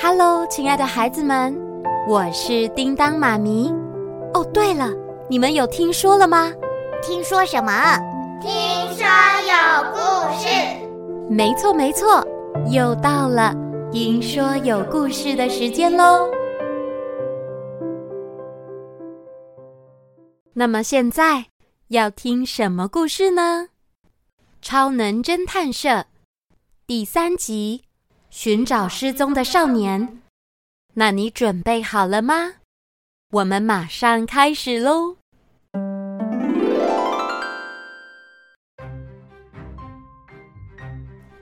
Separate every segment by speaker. Speaker 1: Hello，亲爱的孩子们，我是叮当妈咪。哦，对了，你们有听说了吗？
Speaker 2: 听说什么？
Speaker 3: 听说有故事。
Speaker 1: 没错，没错，又到了听说有故事的时间喽。那么现在要听什么故事呢？超能侦探社第三集：寻找失踪的少年。那你准备好了吗？我们马上开始喽！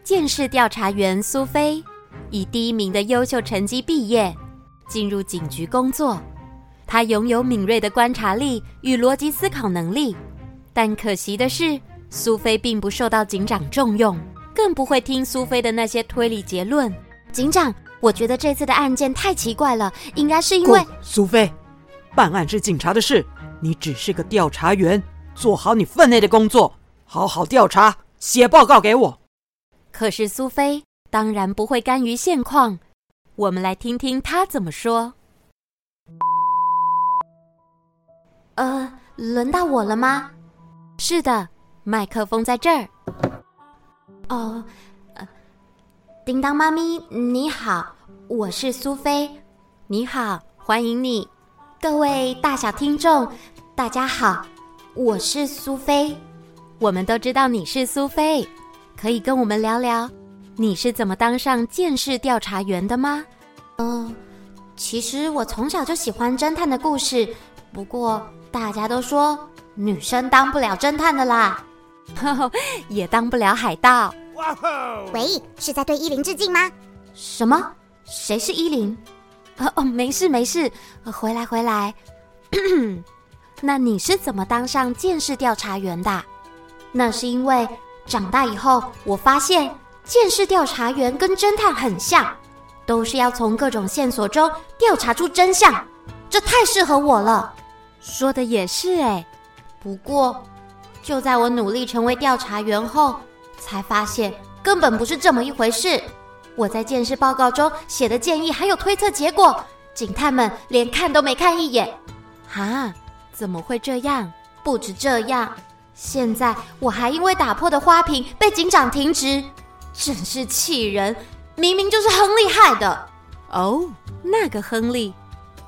Speaker 1: 监视调查员苏菲以第一名的优秀成绩毕业，进入警局工作。他拥有敏锐的观察力与逻辑思考能力，但可惜的是，苏菲并不受到警长重用，更不会听苏菲的那些推理结论。
Speaker 2: 警长，我觉得这次的案件太奇怪了，应该是因为……
Speaker 4: 苏菲，办案是警察的事，你只是个调查员，做好你分内的工作，好好调查，写报告给我。
Speaker 1: 可是苏菲当然不会甘于现况，我们来听听她怎么说。
Speaker 2: 呃，轮到我了吗？
Speaker 1: 是的，麦克风在这儿。
Speaker 2: 哦，呃，叮当妈咪，你好，我是苏菲。
Speaker 1: 你好，欢迎你，
Speaker 2: 各位大小听众，大家好，我是苏菲。
Speaker 1: 我们都知道你是苏菲，可以跟我们聊聊你是怎么当上监视调查员的吗？
Speaker 2: 嗯、呃，其实我从小就喜欢侦探的故事，不过。大家都说女生当不了侦探的啦，
Speaker 1: 也当不了海盗。
Speaker 5: 喂，是在对依林致敬吗？
Speaker 2: 什么？谁是依林？
Speaker 1: 哦哦，没事没事，
Speaker 2: 呃
Speaker 1: 回来 回来那你是怎么当上见识调查员的？
Speaker 2: 那是因为长大以后，我发现见识调查员跟侦探很像，都是要从各种线索中调查出真相，这太适合我了。
Speaker 1: 说的也是哎，
Speaker 2: 不过就在我努力成为调查员后，才发现根本不是这么一回事。我在见识报告中写的建议还有推测结果，警探们连看都没看一眼。
Speaker 1: 啊，怎么会这样？
Speaker 2: 不止这样，现在我还因为打破的花瓶被警长停职，真是气人！明明就是亨利害的。
Speaker 1: 哦，那个亨利。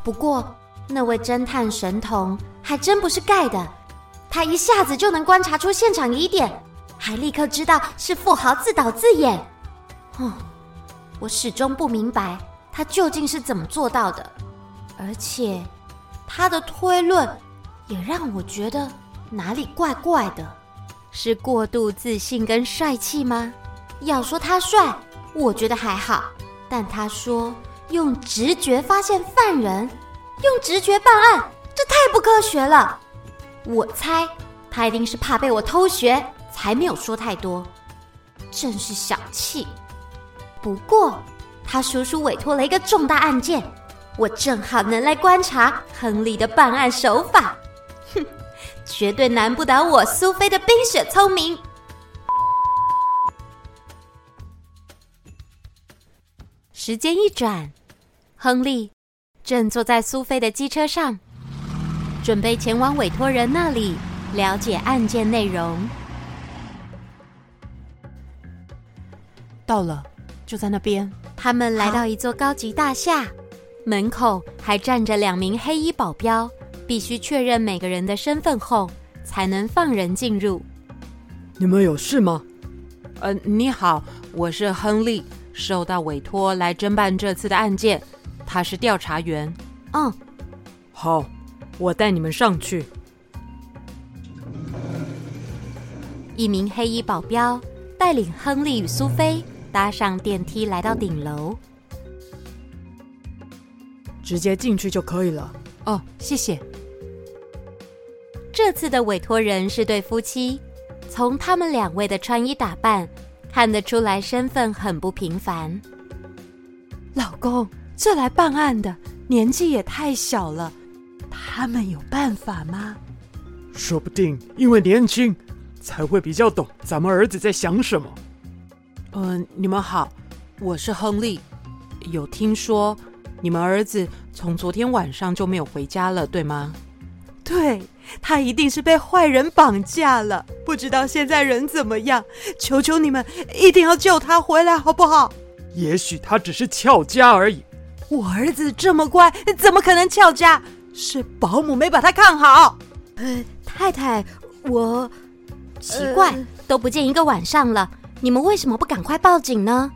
Speaker 2: 不过。那位侦探神童还真不是盖的，他一下子就能观察出现场疑点，还立刻知道是富豪自导自演。哼，我始终不明白他究竟是怎么做到的，而且他的推论也让我觉得哪里怪怪的。
Speaker 1: 是过度自信跟帅气吗？
Speaker 2: 要说他帅，我觉得还好，但他说用直觉发现犯人。用直觉办案，这太不科学了。我猜他一定是怕被我偷学，才没有说太多。真是小气。不过他叔叔委托了一个重大案件，我正好能来观察亨利的办案手法。 哼，绝对难不倒我苏菲的冰雪聪明。
Speaker 1: 时间一转，亨利。正坐在苏菲的机车上，准备前往委托人那里了解案件内容。
Speaker 6: 到了，就在那边。
Speaker 1: 他们来到一座高级大厦，门口还站着两名黑衣保镖，必须确认每个人的身份后，才能放人进入。
Speaker 4: 你们有事吗？
Speaker 7: 呃，你好，我是亨利，受到委托来侦办这次的案件。他是调查员。
Speaker 1: 哦
Speaker 2: 嗯，
Speaker 4: 好，我带你们上去。
Speaker 1: 一名黑衣保镖带领亨利与苏菲搭上电梯，来到顶楼。
Speaker 4: 直接进去就可以了。
Speaker 6: 哦，谢谢。
Speaker 1: 这次的委托人是对夫妻，从他们两位的穿衣打扮看得出来，身份很不平凡。
Speaker 6: 老公。这来办案的年纪也太小了，他们有办法吗？
Speaker 8: 说不定因为年轻，才会比较懂咱们儿子在想什么。
Speaker 7: 嗯、呃，你们好，我是亨利，有听说你们儿子从昨天晚上就没有回家了，对吗？
Speaker 6: 对他一定是被坏人绑架了，不知道现在人怎么样。求求你们，一定要救他回来，好不好？
Speaker 8: 也许他只是翘家而已。
Speaker 6: 我儿子这么乖，怎么可能翘家？是保姆没把他看好。
Speaker 2: 呃，太太，
Speaker 1: 呃
Speaker 2: 我
Speaker 1: 奇怪，呃、都不见一个晚上了，你们为什么不赶快报警呢？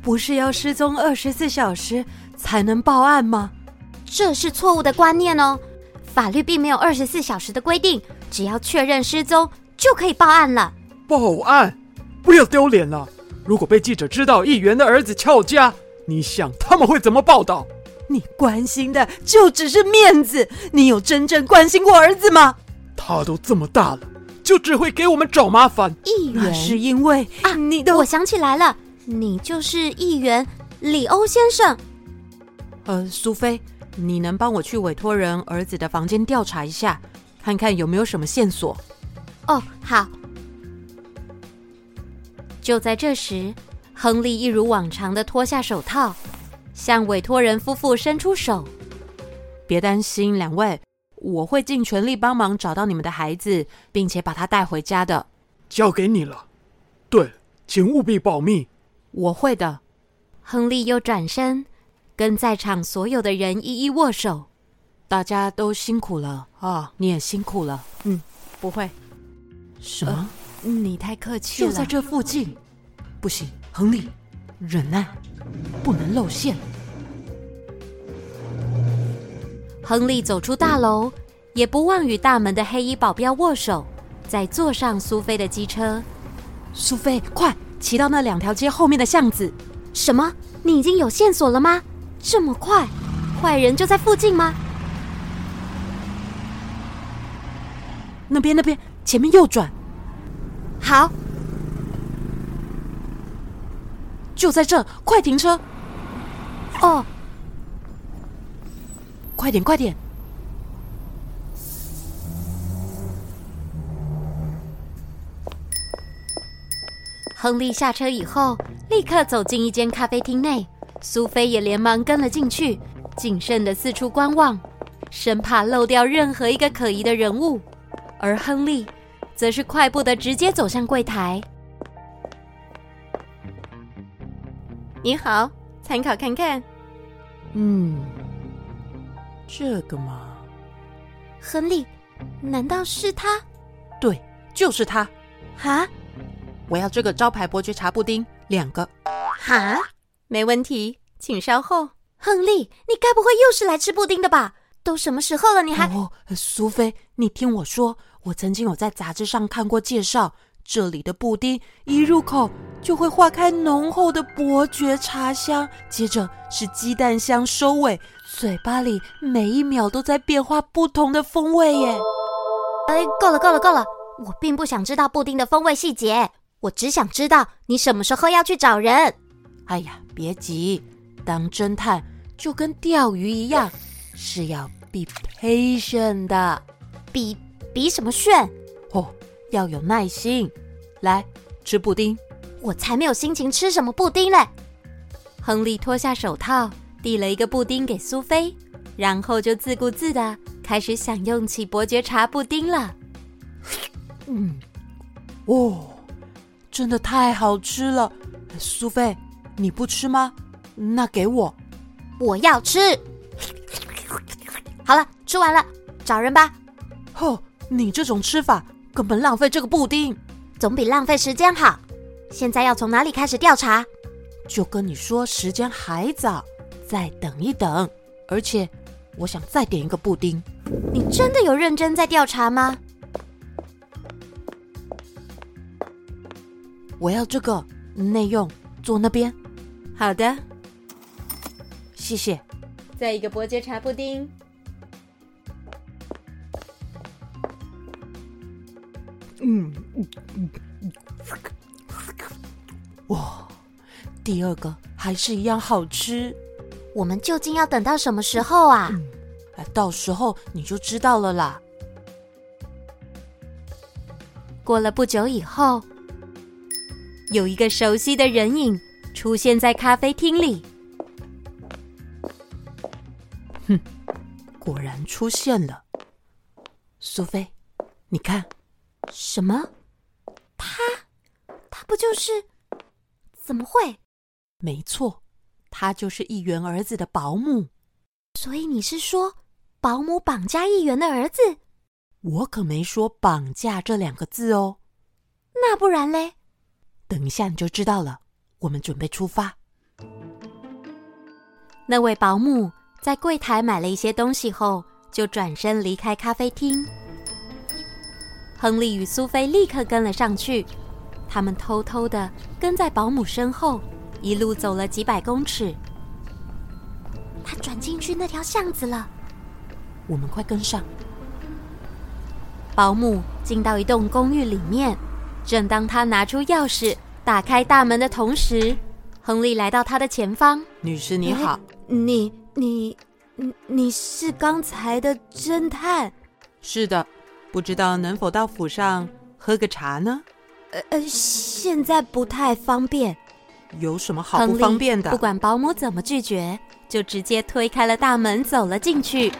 Speaker 6: 不是要失踪二十四小时才能报案吗？
Speaker 2: 这是错误的观念哦。
Speaker 1: 法律并没有二十四小时的规定，只要确认失踪就可以报案了。
Speaker 8: 报案，不要丢脸了！如果被记者知道议员的儿子翘家，你想他们会怎么报道？
Speaker 6: 你关心的就只是面子，你有真正关心过儿子吗？
Speaker 8: 他都这么大了，就只会给我们找麻烦。
Speaker 1: 议员，
Speaker 6: 那是因为
Speaker 1: 啊，
Speaker 6: 你的
Speaker 1: 我想起来了，你就是议员李欧先生。
Speaker 7: 呃，苏菲。你能帮我去委托人儿子的房间调查一下，看看有没有什么线索？
Speaker 1: 哦，好。就在这时，亨利一如往常的脱下手套，向委托人夫妇伸出手。
Speaker 7: 别担心，两位，我会尽全力帮忙找到你们的孩子，并且把他带回家的。
Speaker 8: 交给你了。对，请务必保密。
Speaker 7: 我会的。
Speaker 1: 亨利又转身。跟在场所有的人一一握手，
Speaker 7: 大家都辛苦了啊！你也辛苦了。
Speaker 6: 嗯，不会。
Speaker 7: 什么？
Speaker 6: 呃、你太客气了。
Speaker 7: 就在这附近，不行，亨利，忍耐，不能露馅。
Speaker 1: 亨利走出大楼，也不忘与大门的黑衣保镖握手，再坐上苏菲的机车。
Speaker 7: 苏菲，快骑到那两条街后面的巷子。
Speaker 1: 什么？你已经有线索了吗？这么快，坏人就在附近吗？
Speaker 7: 那边，那边，前面右转。
Speaker 1: 好，
Speaker 7: 就在这，快停车！
Speaker 1: 哦，
Speaker 7: 快点，快点！
Speaker 1: 亨利下车以后，立刻走进一间咖啡厅内。苏菲也连忙跟了进去，谨慎的四处观望，生怕漏掉任何一个可疑的人物。而亨利，则是快步的直接走向柜台。
Speaker 9: 你好，参考看看。
Speaker 7: 嗯，这个嘛，
Speaker 2: 亨利，难道是他？
Speaker 7: 对，就是他。
Speaker 2: 哈，
Speaker 7: 我要这个招牌伯爵茶布丁两个。
Speaker 2: 哈。
Speaker 9: 没问题，请稍后。
Speaker 2: 亨利，你该不会又是来吃布丁的吧？都什么时候了，你还……
Speaker 7: 哦，苏菲，你听我说，我曾经有在杂志上看过介绍，这里的布丁一入口就会化开浓厚的伯爵茶香，接着是鸡蛋香收尾，嘴巴里每一秒都在变化不同的风味耶。
Speaker 2: 哎，够了，够了，够了！我并不想知道布丁的风味细节，我只想知道你什么时候要去找人。
Speaker 7: 哎呀，别急，当侦探就跟钓鱼一样，是要 be patient 的，
Speaker 2: 比比什么炫
Speaker 7: 哦，要有耐心。来吃布丁，
Speaker 2: 我才没有心情吃什么布丁嘞。
Speaker 1: 亨利脱下手套，递了一个布丁给苏菲，然后就自顾自的开始享用起伯爵茶布丁了。
Speaker 7: 嗯，哦，真的太好吃了，苏菲。你不吃吗？那给我，
Speaker 2: 我要吃。好了，吃完了，找人吧。
Speaker 7: 吼、哦，你这种吃法根本浪费这个布丁，
Speaker 2: 总比浪费时间好。现在要从哪里开始调查？
Speaker 7: 就跟你说，时间还早，再等一等。而且，我想再点一个布丁。
Speaker 2: 你真的有认真在调查吗？
Speaker 7: 我要这个内用，坐那边。
Speaker 9: 好的，
Speaker 7: 谢谢。
Speaker 9: 再一个伯爵茶布丁。
Speaker 7: 嗯嗯嗯哇，第二个还是一样好吃。
Speaker 2: 我们究竟要等到什么时候啊？
Speaker 7: 哎、嗯，到时候你就知道了啦。
Speaker 1: 过了不久以后，有一个熟悉的人影。出现在咖啡厅里，
Speaker 7: 哼，果然出现了。苏菲，你看，
Speaker 2: 什么？他，他不就是？怎么会？
Speaker 7: 没错，她就是议员儿子的保姆。
Speaker 2: 所以你是说，保姆绑架议员的儿子？
Speaker 7: 我可没说“绑架”这两个字哦。
Speaker 2: 那不然嘞？
Speaker 7: 等一下你就知道了。我们准备出发。
Speaker 1: 那位保姆在柜台买了一些东西后，就转身离开咖啡厅。亨利与苏菲立刻跟了上去，他们偷偷的跟在保姆身后，一路走了几百公尺。
Speaker 2: 他转进去那条巷子了，
Speaker 7: 我们快跟上。
Speaker 1: 保姆进到一栋公寓里面，正当他拿出钥匙打开大门的同时，亨利来到他的前方。
Speaker 7: 女士你好，
Speaker 2: 哎你你你你是刚才的侦探？
Speaker 7: 是的，不知道能否到府上喝个茶呢？
Speaker 2: 呃呃，现在不太方便。
Speaker 7: 有什么好不方便的？
Speaker 1: 不管保姆怎么拒绝，就直接推开了大门走了进去。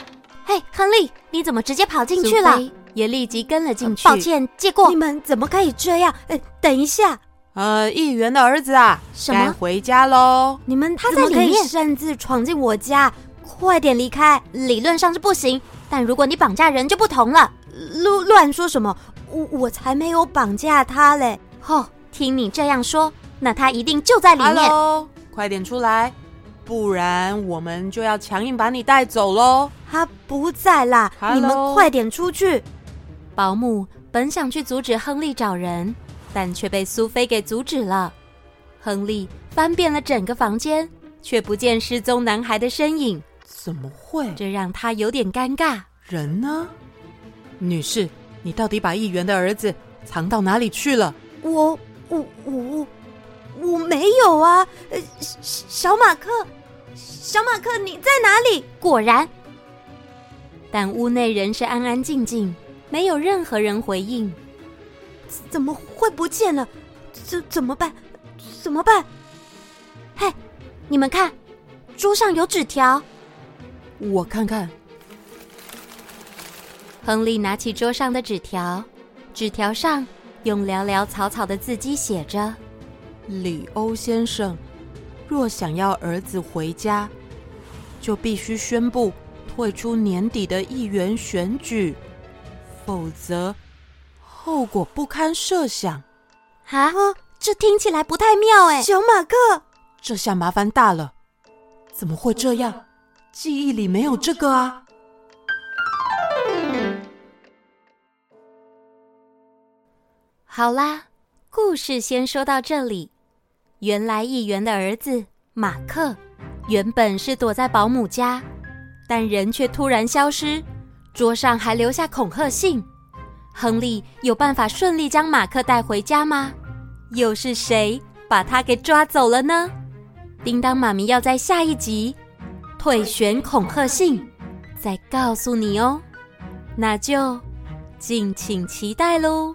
Speaker 2: 嘿，亨利，你怎么直接跑进去了？呃
Speaker 1: 也立即跟了进去。
Speaker 2: 抱歉，借过。
Speaker 6: 你们怎么可以这样？呃，等一下，
Speaker 7: 呃，议员的儿子啊，
Speaker 2: 什么？
Speaker 7: 回家喽！
Speaker 2: 你们他在可以擅自闯进我家，快点离开！
Speaker 1: 理论上是不行，但如果你绑架人就不同了。
Speaker 6: 乱乱说什么？我我才没有绑架他嘞！
Speaker 1: 哦，听你这样说，那他一定就在里面。
Speaker 7: Hello，快点出来，不然我们就要强硬把你带走喽！
Speaker 6: 他不在啦
Speaker 7: ，Hello?
Speaker 6: 你们快点出去！
Speaker 1: 保姆本想去阻止亨利找人，但却被苏菲给阻止了。亨利翻遍了整个房间，却不见失踪男孩的身影。
Speaker 7: 怎么会？
Speaker 1: 这让他有点尴尬。
Speaker 7: 人呢？女士，你到底把议员的儿子藏到哪里去了？
Speaker 6: 我、我、我、我没有啊！呃，小马克，小马克，你在哪里？
Speaker 1: 果然，但屋内仍是安安静静。没有任何人回应，
Speaker 6: 怎么会不见了？怎怎么办？怎么办？
Speaker 2: 嘿，你们看，桌上有纸条。
Speaker 7: 我看看。
Speaker 1: 亨利拿起桌上的纸条，纸条上用潦潦草草的字迹写着：“
Speaker 7: 李欧先生，若想要儿子回家，就必须宣布退出年底的议员选举。”否则，后果不堪设想。
Speaker 2: 啊，这听起来不太妙哎！
Speaker 6: 小马克，
Speaker 7: 这下麻烦大了。怎么会这样？记忆里没有这个啊！
Speaker 1: 好啦，故事先说到这里。原来议员的儿子马克，原本是躲在保姆家，但人却突然消失。桌上还留下恐吓信，亨利有办法顺利将马克带回家吗？又是谁把他给抓走了呢？叮当妈咪要在下一集退选恐吓信再告诉你哦，那就敬请期待喽。